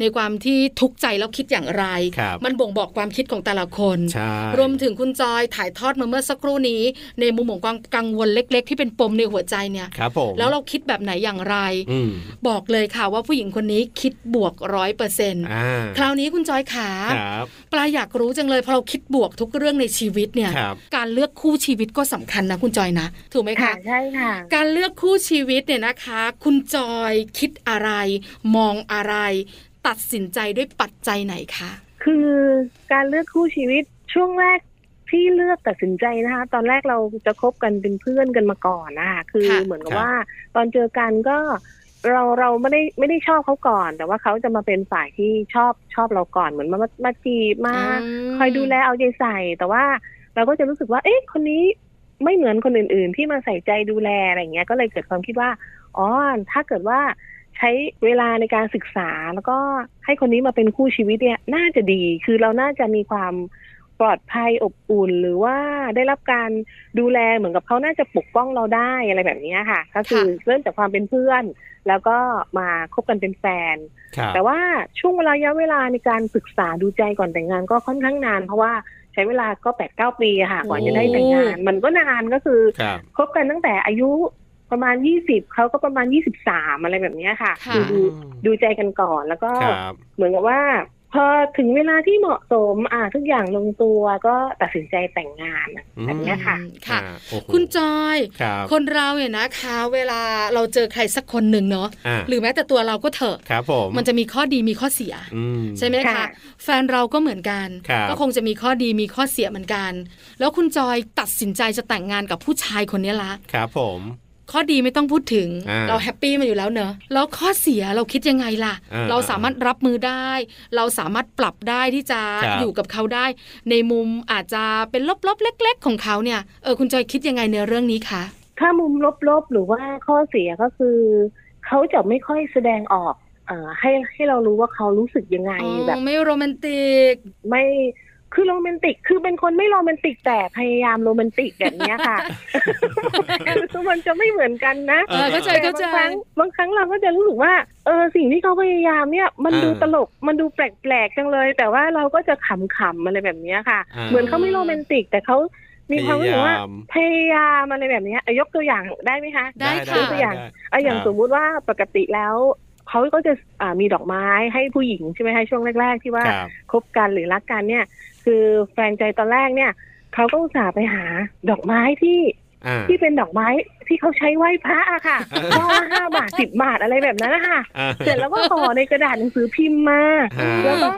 [SPEAKER 1] ในความที่ทุกข์ใจแล้วคิดอย่างไร
[SPEAKER 2] ครับ
[SPEAKER 1] มันบ่งบอกความคิดของแต่ละคน
[SPEAKER 2] ใช่
[SPEAKER 1] รวมถึงคุณจอยถ่ายทอดมาเมื่อสักครู่นี้ ในมุมของความกังวลเล็ก ๆ ที่เป็นปมในหัวใจเนี่ย
[SPEAKER 2] ครับผม
[SPEAKER 1] แล้วเราคิดแบบไหนอย่างไร
[SPEAKER 2] อืม
[SPEAKER 1] บอกเลยค่ะว่าผู้หญิงคนนี้คิดบวกร้อยเปอร์เซ็นต์
[SPEAKER 2] อ่า
[SPEAKER 1] คราวนี้คุณจอยขา
[SPEAKER 2] ครับ
[SPEAKER 1] ปลาอยากรู้จังเลยพอเราคิดบวกทุกเรื่องในชีวิตเนี่ย
[SPEAKER 2] ครับ
[SPEAKER 1] การเลือกคู่ชีวิตก็สำคัญนะคุณจอยนะ ถูกไหม
[SPEAKER 5] ค่ะ
[SPEAKER 1] คะ
[SPEAKER 5] ใช่ค่ะ
[SPEAKER 1] การเลือกคู่ชีวิตเนี่ยนะคะ คุณจอยคิดอะไร มองอะไร ตัดสินใจด้วยปัจจัยไหนคะ
[SPEAKER 5] คือการเลือกคู่ชีวิตช่วงแรกที่เลือกตัดสินใจนะคะ ตอนแรกเราจะคบกันเป็นเพื่อนกันมาก่อนนะคะคือ
[SPEAKER 1] ค่ะ
[SPEAKER 5] เหมือนกับ
[SPEAKER 2] ครับ
[SPEAKER 5] ว่าตอนเจอกันก็เราเราไม่ได้ไม่ได้ชอบเขาก่อน แต่ว่าเขาจะมาเป็นฝ่ายที่ชอบชอบเราก่อนเหมือนมามามาจีบมา
[SPEAKER 1] ม
[SPEAKER 5] คอยดูแลเอาใจใส่ แต่ว่าเราก็จะรู้สึกว่า เอ๊ะคนนี้ไม่เหมือนคนอื่น ๆ ที่มาใส่ใจดูแลอะไรอย่างเงี้ยก็เลยเกิดความคิดว่าอ๋อถ้าเกิดว่าใช้เวลาในการศึกษาแล้วก็ให้คนนี้มาเป็นคู่ชีวิตเนี่ย น่าจะดี คือเราน่าจะมีความ ปลอดภัยอบอุ่น หรือว่าได้รับการดูแลเหมือนกับเขาน่าจะปกป้องเราได้อะไรแบบเนี้ยค่ะ ก็คือเริ่มจากความเป็นเพื่อน แล้วก็มาคบกันเป็นแฟน
[SPEAKER 2] ครับ
[SPEAKER 5] แต่ว่าช่วงระยะเวลาในการศึกษาดูใจก่อนแต่งงานก็ค่อนข้างนาน เพราะว่าใช้เวลาก็แปดเก้าปีอะค่ะกว่าจะได้แต่งงาน มันก็นานก็คือ
[SPEAKER 2] ครับ
[SPEAKER 5] คบกันตั้งแต่อายุประมาณยี่สิบเขาก็ประมาณยี่สิบสามอะไรแบบเนี้ยค่ะ
[SPEAKER 1] ค่ะ
[SPEAKER 5] ดูดูดูใจกันก่อนแล้วก็
[SPEAKER 2] ครับ
[SPEAKER 5] เหมือนกับว่า พอถึงเวลาที่เหมาะสม อ่าทุกอย่างลงตัวก็ตัดสินใจแต่งงาน
[SPEAKER 2] อืม
[SPEAKER 5] แบบเนี้ยค่ะ
[SPEAKER 1] ค่ะ
[SPEAKER 2] อ่าโอ้โห
[SPEAKER 1] คุณจอย
[SPEAKER 2] ครับ
[SPEAKER 1] คนเราเนี่ยนะคะ เวลาเราเจอใครสักคนหนึ่งเนาะ
[SPEAKER 2] อ่า
[SPEAKER 1] หรือแม้แต่ตัวเราก็เถอะ
[SPEAKER 2] ครับผม
[SPEAKER 1] มันจะมีข้อดีมีข้อเสีย
[SPEAKER 2] อืม
[SPEAKER 1] ใช่ไหมคะ
[SPEAKER 5] ค่ะ
[SPEAKER 1] แฟนเราก็เหมือนกัน
[SPEAKER 2] ครับ
[SPEAKER 1] ก็คงจะมีข้อดีมีข้อเสียเหมือนกัน แล้วคุณจอยตัดสินใจจะแต่งงานกับผู้ชายคนนี้ละ
[SPEAKER 2] ครับผม
[SPEAKER 1] ข้อดีไม่ต้องพูดถึง
[SPEAKER 2] อ่า
[SPEAKER 1] เราแฮปปี้มาอยู่แล้วเนอะแล้วข้อเสียเราคิดยังไงล่ะ
[SPEAKER 2] อ่า
[SPEAKER 1] เราสามารถรับมือได้ เราสามารถปรับได้ที่จะ
[SPEAKER 2] ครับ
[SPEAKER 1] อยู่กับเขาได้ ในมุมอาจจะเป็นลบๆเล็ก ๆ ของเขาเนี่ยเออคุณจอยคิดยังไงในเรื่องนี้คะ
[SPEAKER 5] ถ้ามุมลบๆ หรือว่าข้อเสียก็คือ เขาจะไม่ค่อยแสดงออกเอ่อให้ให้เรารู้ว่าเขารู้สึกยังไง
[SPEAKER 1] อ๋อ
[SPEAKER 5] แบบ
[SPEAKER 1] ไม่โรแมนติก
[SPEAKER 5] ไม่คือโรแมนติกคือเป็นคนไม่โรแมนติกแต่พยายามโรแมนติกแบบเนี้ยค่ะ คือมันจะไม่เหมือนกันนะ
[SPEAKER 1] เออเข้าใจเข้าใจ
[SPEAKER 5] แต่บางครั้งบางครั้งเราก็จะรู้สึกว่าเออสิ่งที่เขาพยายามเนี่ย มัน
[SPEAKER 2] อ่า
[SPEAKER 5] ดูตลกมันดูแปลกๆจังเลย แต่ว่าเราก็จะขำๆอะไรแบบเนี้ยค่ะ
[SPEAKER 2] อ่า
[SPEAKER 5] เหมือนเขาไม่โรแมนติก แต่เขามีความรู้สึกว่า
[SPEAKER 2] พยายาม
[SPEAKER 5] พยายามอะไรแบบเนี้ยอ่ะยกตัวอย่างได้ไหมคะ
[SPEAKER 1] ได้ค่ะ
[SPEAKER 5] ยกตัวอย่าง เอออย่าง
[SPEAKER 2] ครับ
[SPEAKER 5] สมมุติว่าปกติแล้วเขาก็จะอ่ามีดอกไม้ให้ผู้หญิงใช่ไหมคะช่วงแรก ๆ ที่ว่า
[SPEAKER 2] ครับ
[SPEAKER 5] คบกันหรือรักกันเนี่ย คือแฟนใจตอนแรกเนี่ยเขาก็อุตส่าห์ไปหาดอกไม้ที่
[SPEAKER 2] อ่า
[SPEAKER 5] ที่เป็นดอกไม้ที่เขาใช้ไหว้พระอะค่ะ
[SPEAKER 2] เออ
[SPEAKER 5] ช่อละห้าบาทสิบบาทอะไรแบบนั้นนะคะ
[SPEAKER 2] อ่า
[SPEAKER 5] เสร็จแล้วก็ห่อในกระดาษหนังสือพิมพ์มา
[SPEAKER 2] ฮะ
[SPEAKER 5] แล้วก็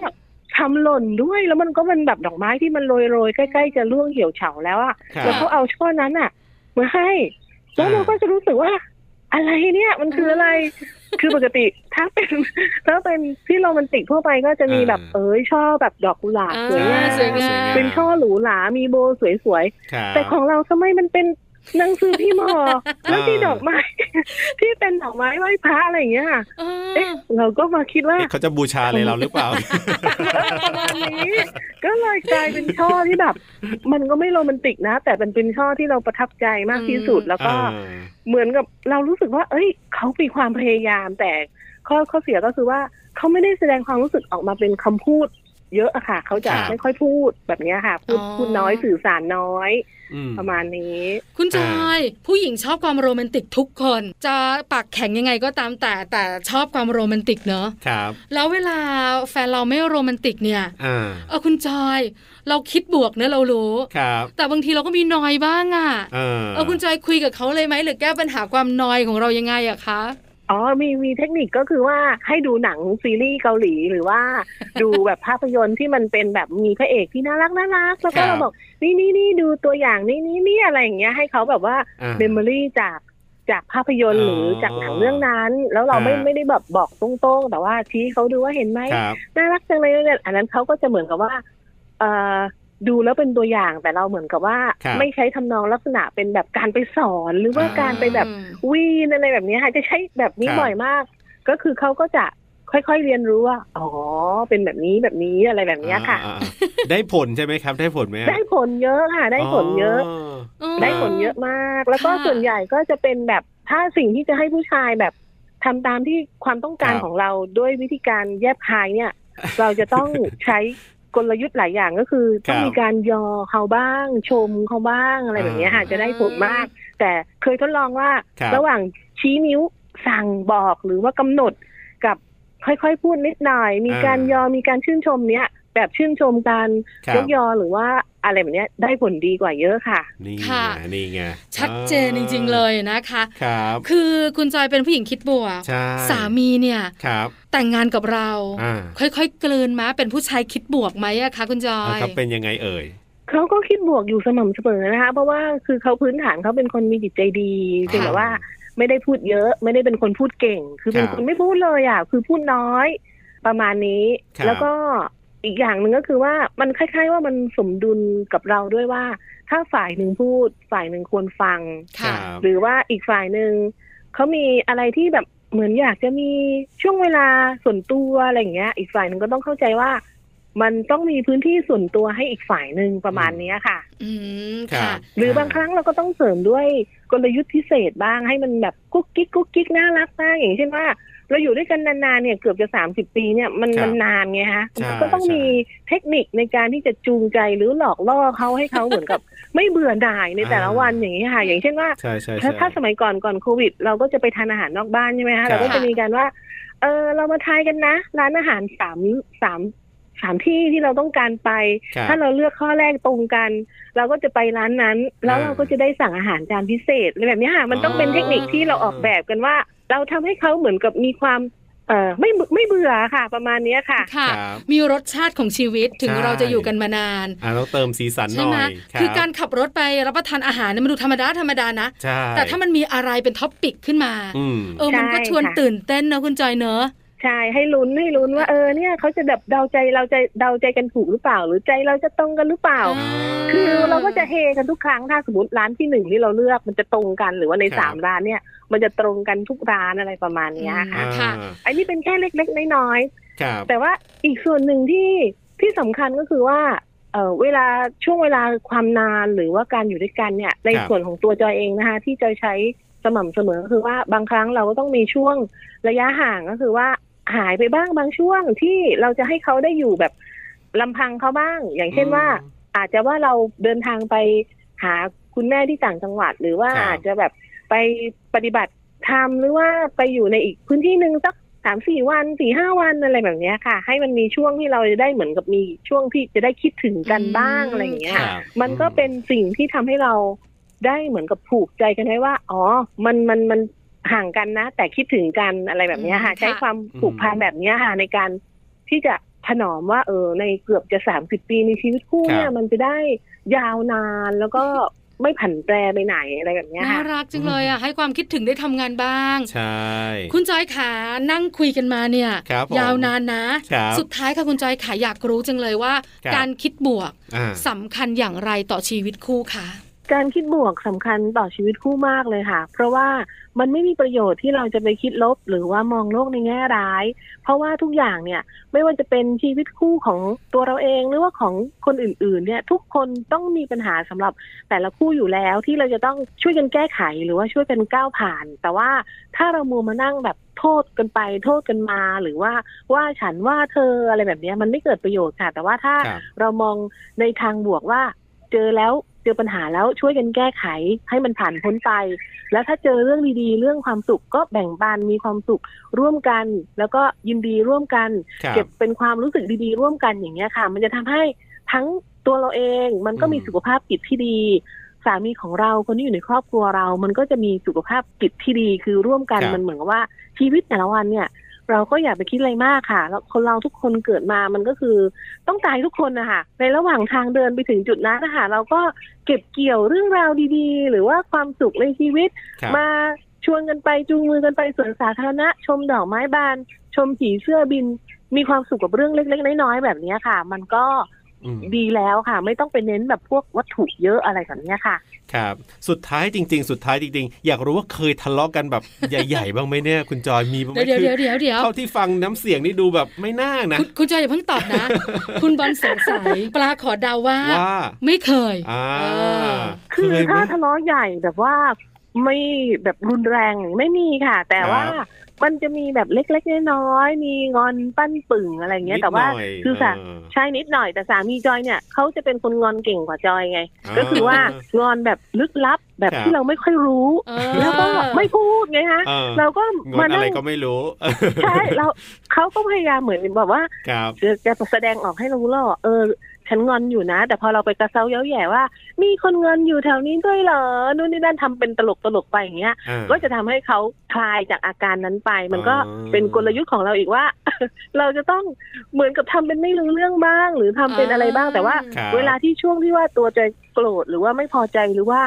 [SPEAKER 5] ทำหล่นด้วย แล้วมันก็มันแบบดอกไม้ที่มันโรยๆ ใกล้ๆ จะร่วงเหี่ยวเฉาแล้วอะ
[SPEAKER 2] ครับ
[SPEAKER 5] แล้วเขาเอาช่อนั้นอะมาให้ แล้ว
[SPEAKER 2] อ่า
[SPEAKER 5] เราก็จะรู้สึกว่า อะไรเนี่ยมันคืออะไร คือปกติถ้าเป็น ถ้าเป็นที่โรแมนติกทั่วไปก็จะมีแบบ
[SPEAKER 2] อ่า
[SPEAKER 5] เอ้ยช่อแบบดอกกุหลาบสวยงา
[SPEAKER 1] อ่าม สวยงาม
[SPEAKER 5] เป็นช่อหรูหรามีโบว์สวยๆ
[SPEAKER 2] ครับ
[SPEAKER 5] แต่ของเราทำไมมันเป็นหนังสือพิมพ์ห่อ แล้วที่
[SPEAKER 2] อ่า
[SPEAKER 5] ดอกไม้ ที่เป็นดอกไม้ไหว้พระอะไรอย่างเงี้ยค่ะ
[SPEAKER 1] เออ
[SPEAKER 5] เอ๊ะเราก็มาคิดว่า
[SPEAKER 2] เอ๊ะเขาจะบูชาอะไรเราหรือเปล่า
[SPEAKER 5] ประมาณนี้ ก็เลยกลายเป็นช่อที่แบบ มันก็ไม่โรแมนติกนะ แต่มันเป็นช่อที่เราประทับใจมากที่สุด แล้วก็
[SPEAKER 2] อ่า
[SPEAKER 5] เหมือนกับเรารู้สึกว่า เอ้ย เขามีความพยายาม แต่ข้อข้อเสียก็คือว่าเขาไม่ได้แสดงความรู้สึกออกมาเป็นคำพูด เยอะอะค่ะ เขาจะ
[SPEAKER 2] ครับ
[SPEAKER 5] ไม่ค่อยพูดแบบเนี้ยค่ะ พูด
[SPEAKER 1] อ๋อ
[SPEAKER 5] พูดน้อยสื่อสารน้อย
[SPEAKER 2] อื
[SPEAKER 5] ประมาณนี้
[SPEAKER 1] คุณจอย ผู้หญิงชอบความโรแมนติกทุกคน จะปากแข็งยังไงก็ตามแต่แต่ชอบความโรแมนติกเนอะ
[SPEAKER 2] ครับ
[SPEAKER 1] แล้วเวลาแฟนเราไม่โรแมนติกเนี่ย
[SPEAKER 2] อ่า
[SPEAKER 1] เออคุณจอย เราคิดบวกเนอะเรารู้
[SPEAKER 2] ครับ
[SPEAKER 1] แต่บางทีเราก็มีนอยบ้างอะ่ะ
[SPEAKER 2] เออ
[SPEAKER 1] เออคุณจอยคุยกับเขาเลยไหมหรือแก้ปัญหาความนอยของเรายังไงอะคะ
[SPEAKER 5] อ๋อ มีมีเทคนิคก็คือว่าให้ดูหนังซีรีส์เกาหลีหรือว่า ดูแบบภาพยนตร์ที่มันเป็นแบบมีพระเอกที่น่ารักน่ารักแล้วก็เราบอกนี่นี่นี่ดูตัวอย่างนี่นี่นี่อะไรอย่างเงี้ยให้เขาแบบว่า
[SPEAKER 2] อ่า
[SPEAKER 5] เมมโมรีจากจากภาพยนต
[SPEAKER 2] อ๋
[SPEAKER 5] ร์
[SPEAKER 2] อ
[SPEAKER 5] หรือจากหนังเรื่องนั้น แล้วเราไม่
[SPEAKER 2] อ่า
[SPEAKER 5] ไม่ได้แบบบอกตรงๆ แต่ว่าชี้ให้เขาดูว่าเห็นไหม
[SPEAKER 2] ครับ
[SPEAKER 5] น่ารักจังเลยเนี่ยอันนั้นเขาก็จะเหมือนกับว่าเอ่อดูแล้วเป็นตัวอย่างแต่เราเหมือนกับว่า ไม่ใช้ทำนองลักษณะเป็นแบบการไปสอนหรือว่าการไปแบบ
[SPEAKER 1] อืม
[SPEAKER 5] วีนอะไรแบบนี้ค่ะจะใช้แบบนี้บ่อยมาก ก็คือเขาก็จะค่อยๆเรียนรู้ว่า อ๋อ เป็นแบบนี้แบบนี้อะไรแบบนี้ค่ะ
[SPEAKER 2] อ่าอ่าอ่าได้ผลใช่ไหมครับ ได้ผลไหม
[SPEAKER 5] ได้ผลเยอะค่ะ ได้ผลเยอะ
[SPEAKER 2] อ
[SPEAKER 5] ได้ผลเยอะมาก แล้วก็
[SPEAKER 1] ค่ะ
[SPEAKER 5] ส่วนใหญ่ก็จะเป็นแบบถ้าสิ่งที่จะให้ผู้ชายแบบทำตามที่ความต้องการ
[SPEAKER 2] ครับ
[SPEAKER 5] ของเราด้วยวิธีการแยบคายเนี่ย เราจะต้องใช้กลยุทธ์หลายอย่างก็คือ
[SPEAKER 2] ครับ
[SPEAKER 5] ต้องมีการยอเขาบ้าง ชมเขาบ้างอะไรแบบเนี้ยค่ะ
[SPEAKER 2] อ่า
[SPEAKER 5] จะได้ผลมาก แต่เคยทดลองว่า
[SPEAKER 2] ครับ
[SPEAKER 5] ระหว่างชี้นิ้วสั่งบอกหรือว่ากำหนดกับค่อยๆพูดนิดหน่อย มีการยอมีการชื่นชมเนี้ยแบบชื่นชมการ
[SPEAKER 2] ครับ
[SPEAKER 5] ยกยอหรือว่าอะไรแบบเนี้ยได้ผลดีกว่าเยอะค่ะ
[SPEAKER 2] นี่
[SPEAKER 1] ค่ะ
[SPEAKER 2] ไงนี่ไง
[SPEAKER 1] ชัดเจนจริง ๆเลยนะคะ
[SPEAKER 2] ครับ
[SPEAKER 1] คือคุณจอยเป็นผู้หญิงคิดบวก
[SPEAKER 2] ใช่
[SPEAKER 1] สามีเนี่ย
[SPEAKER 2] ครับ
[SPEAKER 1] แต่งงานกับเรา
[SPEAKER 2] อ่า
[SPEAKER 1] ค่อยๆกลืนมาเป็นผู้ชายคิดบวกไหมอะคะคุณจอ
[SPEAKER 2] เอา
[SPEAKER 1] ย
[SPEAKER 2] ครับเป็นยังไงเอ่ย
[SPEAKER 5] เขาก็คิดบวกอยู่สม่ำเสมอนะคะ เพราะว่าคือเขาพื้นฐานเขาเป็นคนมีจิตใจดี
[SPEAKER 2] ค่ะ
[SPEAKER 5] ถึงแบบว่าไม่ได้พูดเยอะ ไม่ได้เป็นคนพูดเก่ง คือเป็น
[SPEAKER 2] ครับ
[SPEAKER 5] คนไม่พูดเลยอ่ะคือพูดน้อย ประมาณนี้
[SPEAKER 2] ครับ
[SPEAKER 5] แล้วก็อีกอย่างหนึ่งก็คือว่ามันคล้าย ๆ ว่ามันสมดุลกับเราด้วยว่า ถ้าฝ่ายหนึ่งพูด ฝ่ายหนึ่งควรฟัง
[SPEAKER 1] ค่ะ
[SPEAKER 2] รับ
[SPEAKER 5] หรือว่าอีกฝ่ายหนึ่งเขามีอะไรที่แบบเหมือนอยากจะมีช่วงเวลาส่วนตัวอะไรอย่างเงี้ย อีกฝ่ายหนึ่งก็ต้องเข้าใจว่า มันต้องมีพื้นที่ส่วนตัวให้อีกฝ่ายหนึ่งประมาณเนี้ยค่ะ
[SPEAKER 1] อืม
[SPEAKER 2] ครั
[SPEAKER 1] ค่ะ
[SPEAKER 2] บ
[SPEAKER 5] หรือบางครั้งเราก็ต้องเสริมด้วยกลยุทธ์พิเศษบ้างให้มันแบบกุ๊กกิ๊กกุ๊กกิ๊กน่ารักบ้างอย่างเช่นว่า เราอยู่ด้วยกันนานๆเนี่ยเกือบจะสามสิบปีเนี่ยมัน
[SPEAKER 2] ครับ
[SPEAKER 5] มันนานไงฮะ
[SPEAKER 2] ใช่
[SPEAKER 5] มันก็ต้องมีเทคนิคในการที่จะจูงใจหรือหลอกล่อเขาให้เขาเหมือนกับ ไม่เบื่อหน่ายในแต่ละวันอย่างนี้ยค่ะ อย่างเช่นว่า
[SPEAKER 2] ใช่ใช่
[SPEAKER 5] ถ้า
[SPEAKER 2] ใช่
[SPEAKER 5] ถ้าสมัยก่อนก่อนโควิด เราก็จะไปทานอาหารนอกบ้านใช่ไหม
[SPEAKER 2] ครั
[SPEAKER 5] คะ
[SPEAKER 2] บ
[SPEAKER 5] เราก็จะมีการว่า เออเรามาทายกันนะ ร้านอาหารสามสามสามที่ที่เราต้องการไป
[SPEAKER 2] ครับ
[SPEAKER 5] ถ้าเราเลือกข้อแรกตรงกัน เราก็จะไปร้านนั้น แล้ว
[SPEAKER 2] อ่า
[SPEAKER 5] เราก็จะได้สั่งอาหารจานพิเศษอะไรแบบเนี้ยค่ะมันต้องเป็นเทคนิคที่เราออกแบบกันว่า เราทำให้เขาเหมือนกับมีความเออไม่เบื่อไม่เบื่อค่ะ ประมาณเนี้ยค่ะ
[SPEAKER 1] ค่ะ
[SPEAKER 2] ครับ
[SPEAKER 1] มีรสชาติของชีวิตถึง
[SPEAKER 2] ใช่
[SPEAKER 1] เราจะอยู่กันมานาน
[SPEAKER 2] อ่ะต้องเติมสีสันห
[SPEAKER 1] ใช่
[SPEAKER 2] น่อ
[SPEAKER 1] ไหม
[SPEAKER 2] ยบ
[SPEAKER 1] คือการขับรถไปรับประทานอาหารเนี่ยมันดูธรรมดาธรรมดานะ
[SPEAKER 2] ใช่
[SPEAKER 1] แต่ถ้ามันมีอะไรเป็นท็อปปิกขึ้นมา
[SPEAKER 2] อืม
[SPEAKER 1] เออ มันก็
[SPEAKER 5] ใช่
[SPEAKER 1] ชวน
[SPEAKER 5] ค่ะ
[SPEAKER 1] ตื่นเต้นนะคุณจอยเนอะ
[SPEAKER 5] ใช่ให้ลุ้นให้ลุ้นว่าเออเนี่ยเขาจะแบบเดาใจเราใจเดาใจกันถูกหรือเปล่า หรือใจเราจะตรงกันหรือเปล่า
[SPEAKER 1] อ่า
[SPEAKER 5] คือเราก็จะเฮกันทุกครั้งถ้าสมมติร้านที่หนึ่งที่เราเลือกมันจะตรงกันหรือว่าใน
[SPEAKER 2] ครับ
[SPEAKER 5] สามร้านเนี่ย มันจะตรงกันทุกร้านอะไรประมาณเนี้ย
[SPEAKER 1] อ่า
[SPEAKER 5] ค่ะ
[SPEAKER 1] ค่ะ
[SPEAKER 2] อ่า
[SPEAKER 5] อันนี้เป็นแค่เล็กๆน้อย
[SPEAKER 2] ครับ
[SPEAKER 5] ๆแต่ว่าอีกส่วนหนึ่งที่ที่สำคัญก็คือว่าเออเวลาช่วงเวลาความนานหรือว่าการอยู่ด้วยกันเนี่ยในส่วนของตัวจอยเองนะคะ ที่จอยใช้สม่ำเสมอก็คือว่าบางครั้งเราก็ต้องมีช่วงระยะห่างก็คือว่าหายไปบ้างบางช่วงที่เราจะให้เขาได้อยู่แบบลำพังเขาบ้าง อย่างเช่นว่า
[SPEAKER 2] อืม
[SPEAKER 5] อาจจะว่าเราเดินทางไปหาคุณแม่ที่ต่างจังหวัด หรือว่า
[SPEAKER 2] ครับ
[SPEAKER 5] อาจจะแบบไปปฏิบัติธรรมหรือว่าไปอยู่ในอีกพื้นที่หนึ่งสักสามสี่วันสี่ห้าวันอะไรแบบเนี้ยค่ะ ให้มันมีช่วงที่เราจะได้เหมือนกับมีช่วงที่จะได้คิดถึงกันบ้าง
[SPEAKER 1] อืม
[SPEAKER 5] อะไรอย่างเงี้ย
[SPEAKER 2] ค
[SPEAKER 1] ค่ะ
[SPEAKER 2] รับ
[SPEAKER 5] มันก็เป็นสิ่งที่ทำให้เราได้เหมือนกับผูกใจกันไว้ว่า อ๋อ มันมันมันห่างกันนะ แต่คิดถึงกันอะไรแบบเนี้ยค่ะ
[SPEAKER 1] อืมค่ะ
[SPEAKER 5] ใช้ความผูกพันแบบเนี้ยค่ะในการที่จะถนอมว่า เออ ในเกือบจะสามสิบปีในชีวิตคู่เนี่ย มันจะได้ยาวนานแล้วก็ไม่ผันแปรไปไหนอะไรแบบเนี้ย
[SPEAKER 1] น่า
[SPEAKER 5] ค่ะ
[SPEAKER 1] รักจังเลยอ่ะ ให้ความคิดถึงได้ทำงานบ้าง
[SPEAKER 2] ใช่
[SPEAKER 1] คุณจอยขานั่งคุยกันมาเนี่ย
[SPEAKER 2] ครับผม
[SPEAKER 1] ยาวนานนะ
[SPEAKER 2] ครับ
[SPEAKER 1] สุดท้ายค่ะคุณจอยขาอยากรู้จังเลยว่า
[SPEAKER 2] ครับ
[SPEAKER 1] การคิดบวก
[SPEAKER 2] อ่า
[SPEAKER 1] สำคัญอย่างไรต่อชีวิตคู่คะ
[SPEAKER 5] การคิดบวกสำคัญต่อชีวิตคู่มากเลยค่ะ เพราะว่ามันไม่มีประโยชน์ที่เราจะไปคิดลบ หรือว่ามองโลกในแง่ร้าย เพราะว่าทุกอย่างเนี่ยไม่ว่าจะเป็นชีวิตคู่ของตัวเราเองหรือว่าของคนอื่นๆ เนี่ยทุกคนต้องมีปัญหาสำหรับแต่ละคู่อยู่แล้วที่เราจะต้องช่วยกันแก้ไขหรือว่าช่วยกันก้าวผ่าน แต่ว่าถ้าเรามัวมานั่งแบบโทษกันไป โทษกันมา หรือว่าว่าฉันว่าเธออะไรแบบเนี้ยมันไม่เกิดประโยชน์ค่ะ แต่ว่าถ้า
[SPEAKER 2] ครับ
[SPEAKER 5] เรามองในทางบวกว่า เจอแล้วเจอปัญหาแล้วช่วยกันแก้ไขให้มันผ่านพ้นไป แล้วถ้าเจอเรื่องดีๆ เรื่องความสุขก็แบ่งปันมีความสุขร่วมกัน แล้วก็ยินดีร่วมกัน
[SPEAKER 2] ครับ
[SPEAKER 5] เก็บเป็นความรู้สึกดีๆ ร่วมกันอย่างเงี้ยค่ะ มันจะทำให้ทั้งตัวเราเองมันก็มี
[SPEAKER 2] อืม
[SPEAKER 5] สุขภาพจิตที่ดี สามีของเราคนที่อยู่ในครอบครัวเรา มันก็จะมีสุขภาพจิตที่ดีคือร่วมกันมันเหมือนกับว่าชีวิตแต่ละวันเนี่ย เราก็อย่าไปคิดอะไรมากค่ะ แล้วคนเราทุกคนเกิดมามันก็คือต้องตายทุกคนนะคะในระหว่างทางเดินไปถึงจุดนั้นนะคะเราก็เก็บเกี่ยวเรื่องราวดีๆ หรือว่าความสุขในชีวิต
[SPEAKER 2] ครับ
[SPEAKER 5] มาชวนกันไปจูงมือกันไปสวนสาธารณะ ชมดอกไม้บาน ชมผีเสื้อบิน มีความสุขกับเรื่องเล็ก ๆ น้อยๆแบบเนี้ยค่ะ มันก็
[SPEAKER 2] อืม
[SPEAKER 5] ดีแล้วค่ะ ไม่ต้องไปเน้นแบบพวกวัตถุเยอะอะไรแบบเนี้ยค่ะ
[SPEAKER 2] ครับสุดท้ายจริง ๆ สุดท้ายจริง ๆ อยากรู้ว่าเคยทะเลาะกันแบบ ใหญ่ ๆ บ้างไหมเนี่ยคุณจอยมีบ้างไหม
[SPEAKER 1] เดี๋ยวเดี๋ยว
[SPEAKER 2] คือ
[SPEAKER 1] เดี๋ยวเดี๋ยวเดี๋ยว
[SPEAKER 2] เท่าที่ฟังน้ำเสียงนี่ดูแบบไม่น่านะ
[SPEAKER 1] คุณคุณจอยอย่าเพิ่งตอบนะ คุณบอลสงสัยปลาขอเดาว่า
[SPEAKER 2] ว่า
[SPEAKER 1] ไม่เคย
[SPEAKER 2] อ่า
[SPEAKER 1] เออ
[SPEAKER 5] คือ
[SPEAKER 2] ไหม
[SPEAKER 5] ถ้าทะเลาะใหญ่แบบว่าไม่แบบรุนแรงไม่มีค่ะ แต่ว่า
[SPEAKER 2] ครับ
[SPEAKER 5] มันจะมีแบบเล็กๆน้อยๆมีงอนปั้นปึ่งอะไรอย่างเงี้ย
[SPEAKER 2] นิด
[SPEAKER 5] แต่ว่า
[SPEAKER 2] หน่อย
[SPEAKER 5] คือสา
[SPEAKER 2] เออ
[SPEAKER 5] ใช่นิดหน่อยแต่สามีจอยเนี่ยเขาจะเป็นคนงอนเก่งกว่าจอยไง
[SPEAKER 2] อ่า
[SPEAKER 5] ก็คือว่างอนแบบลึกลับแบบ
[SPEAKER 2] ครับ
[SPEAKER 5] ที่เราไม่ค่อยรู้
[SPEAKER 1] เออ
[SPEAKER 5] แล้วก็ไม่พูดไงฮะ
[SPEAKER 2] เออ
[SPEAKER 5] เราก็
[SPEAKER 2] งอ
[SPEAKER 5] มาน
[SPEAKER 2] อะ
[SPEAKER 5] นั่
[SPEAKER 2] ไรง ก็ไม่รู้
[SPEAKER 5] ใช่เราเขาก็พยายามเหมือนแบบว่า
[SPEAKER 2] ครับ
[SPEAKER 5] จะจะแสดงออกให้รู้แล้วว่าเออ ฉันงอนอยู่นะ แต่พอเราไปกระเซาเย้าแหย่ว่า มีคนงอนอยู่แถวนี้ด้วยเหรอนู่นนี่นั่นทำเป็นตลกตลกๆไปอย่างเงี้ย
[SPEAKER 2] อ่า
[SPEAKER 5] ก็จะทำให้เขาคลายจากอาการนั้นไป มันก็
[SPEAKER 2] อ๋อ
[SPEAKER 5] เป็นกลยุทธ์ของเราอีกว่า เราจะต้องเหมือนกับทำเป็นไม่รู้เรื่องบ้าง หรือทำเป็นอะไรบ้างแต่ว่า
[SPEAKER 2] ครับ
[SPEAKER 5] เวลาที่ช่วงที่ว่าตัวใจโกรธหรือว่าไม่พอใจหรือว่า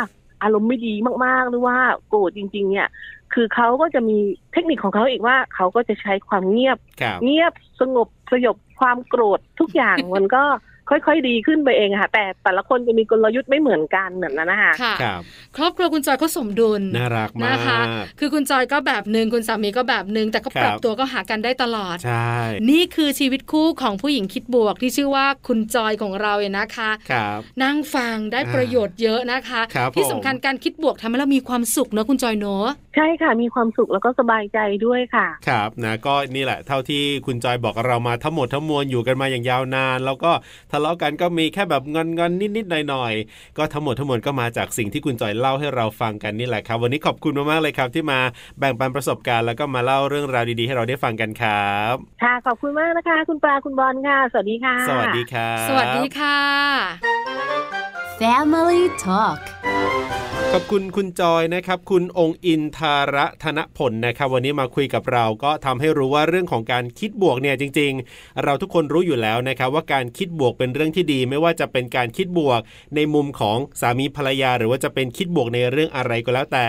[SPEAKER 5] อารมณ์ไม่ดีมากๆ หรือว่าโกรธจริง ๆ เนี่ย คือเขาก็จะมีเทคนิคของเขาอีกว่าเขาก็จะใช้ความเงียบ
[SPEAKER 2] ครับ
[SPEAKER 5] เงียบสงบสยบความโกรธทุกอย่าง มันก็ ค่อย ๆ ดีขึ้นไปเองค่ะ แต่แต่ละคนจะมีกลยุทธ์ไม่เหมือนกันแบบนั้นนะคะ
[SPEAKER 1] ค่ะ
[SPEAKER 2] ครับ
[SPEAKER 1] ครอบครัวคุณจอยเขาสมดุล
[SPEAKER 2] น่ารักมา
[SPEAKER 1] นะคะ
[SPEAKER 2] ก
[SPEAKER 1] คือคุณจอยก็แบบหนึ่งคุณสามีก็แบบหนึ่งแต่ก็ปรับ
[SPEAKER 2] ครับ
[SPEAKER 1] ตัวก็หากันได้ตลอด
[SPEAKER 2] ใช่
[SPEAKER 1] นี่คือชีวิตคู่ของผู้หญิงคิดบวกที่ชื่อว่าคุณจอยของเราเนี่ยนะคะ
[SPEAKER 2] ครับ
[SPEAKER 1] นั่งฟังได้ประโยชน์เยอะนะคะ
[SPEAKER 2] ครับผม
[SPEAKER 1] ที่สำคัญการคิดบวกทำให้เรามีความสุขเนอะคุณจอยเนอะ
[SPEAKER 5] ใช่ค่ะ มีความสุขแล้วก็สบายใจด้วยค่ะ
[SPEAKER 2] ครับนะก็นี่แหละเท่าที่คุณจอยบอกกับเรามาทั้งหมดทั้งมวลอยู่กันมาอย่างยาวนาน แล้วก็ทะเลาะกันก็มีแค่แบบงอนๆนิดๆหน่อยๆก็ทั้งหมดทั้งมวลก็มาจากสิ่งที่คุณจอยเล่าให้เราฟังกันนี่แหละครับ วันนี้ขอบคุณมากๆเลยครับ ที่มาแบ่งปันประสบการณ์แล้วก็มาเล่าเรื่องราวดีๆ ให้เราได้ฟังกันครับ
[SPEAKER 5] ค่ะ ขอบคุณมากนะคะ คุณปลาคุณบอลค่ะ สวัสดีค่ะ
[SPEAKER 2] สวัสดีครับ
[SPEAKER 1] สวัสดีค่ะ
[SPEAKER 4] Family Talk
[SPEAKER 2] ขอบคุณคุณจอยนะครับ คุณองค์อินทาระธนพลนะครับ วันนี้มาคุยกับเราก็ทำให้รู้ว่าเรื่องของการคิดบวกเนี่ยจริง ๆ เราทุกคนรู้อยู่แล้วนะครับ ว่าการคิดบวกเป็นเรื่องที่ดี ไม่ว่าจะเป็นการคิดบวกในมุมของสามีภรรยา หรือว่าจะเป็นคิดบวกในเรื่องอะไรก็แล้วแต่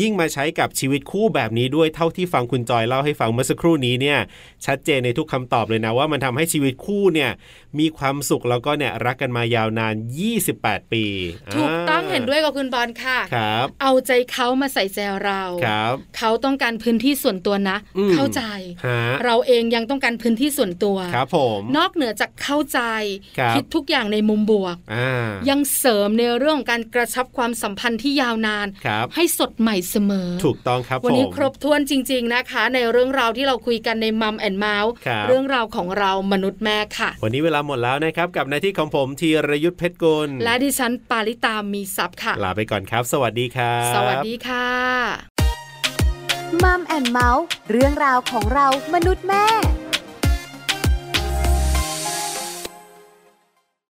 [SPEAKER 2] ยิ่งมาใช้กับชีวิตคู่แบบนี้ด้วยเท่าที่ฟังคุณจอยเล่าให้ฟังเมื่อสักครู่นี้เนี่ยชัดเจนในทุกคำตอบเลยนะว่ามันทำให้ชีวิตคู่เนี่ยมีความสุขแล้วก็เนี่ยรักกันมายาวนาน 28 ปี
[SPEAKER 1] ถูกต้อง
[SPEAKER 2] า
[SPEAKER 1] เห็นด้วยกับคุณบอลค่ะ
[SPEAKER 2] ครับ
[SPEAKER 1] เอาใจเขามาใส่ใจเรา
[SPEAKER 2] ครับ
[SPEAKER 1] เขาต้องการพื้นที่ส่วนตัวนะ
[SPEAKER 2] อืม
[SPEAKER 1] เข้าใจ
[SPEAKER 2] ฮะ
[SPEAKER 1] เราเองยังต้องการพื้นที่ส่วนตัว
[SPEAKER 2] ครับผม
[SPEAKER 1] นอกเหนือจากเข้าใจ
[SPEAKER 2] ครับ
[SPEAKER 1] ดทุกอย่างในมุมบวก
[SPEAKER 2] อ่า
[SPEAKER 1] ยังเสริมในเรื่องของการกระชับความสัมพันธ์ที่ยาวนาน
[SPEAKER 2] ครับ
[SPEAKER 1] ให้สดใหม่เสมอ
[SPEAKER 2] ถูกต้องครับ
[SPEAKER 1] วันนี้
[SPEAKER 2] ผม
[SPEAKER 1] ครบถ้วนจริง ๆนะคะ ในเรื่องราวที่เราคุยกันในมัมแอนเมาส์
[SPEAKER 2] ครับ
[SPEAKER 1] เรื่องราวของเรามนุษย์แม่ค่ะ
[SPEAKER 2] วันนี้เวลาหมดแล้วนะครับ กับหน้าที่ของผมธีรยุทธเพชรกุล
[SPEAKER 1] และดิฉันปาริตามีซับค่ะ
[SPEAKER 2] ลาไปก่อนครับ สวัสดีครับ
[SPEAKER 1] สวัสดีค่ะ
[SPEAKER 4] มัมแอนเมาส์เรื่องราวของเรามนุษย์แม่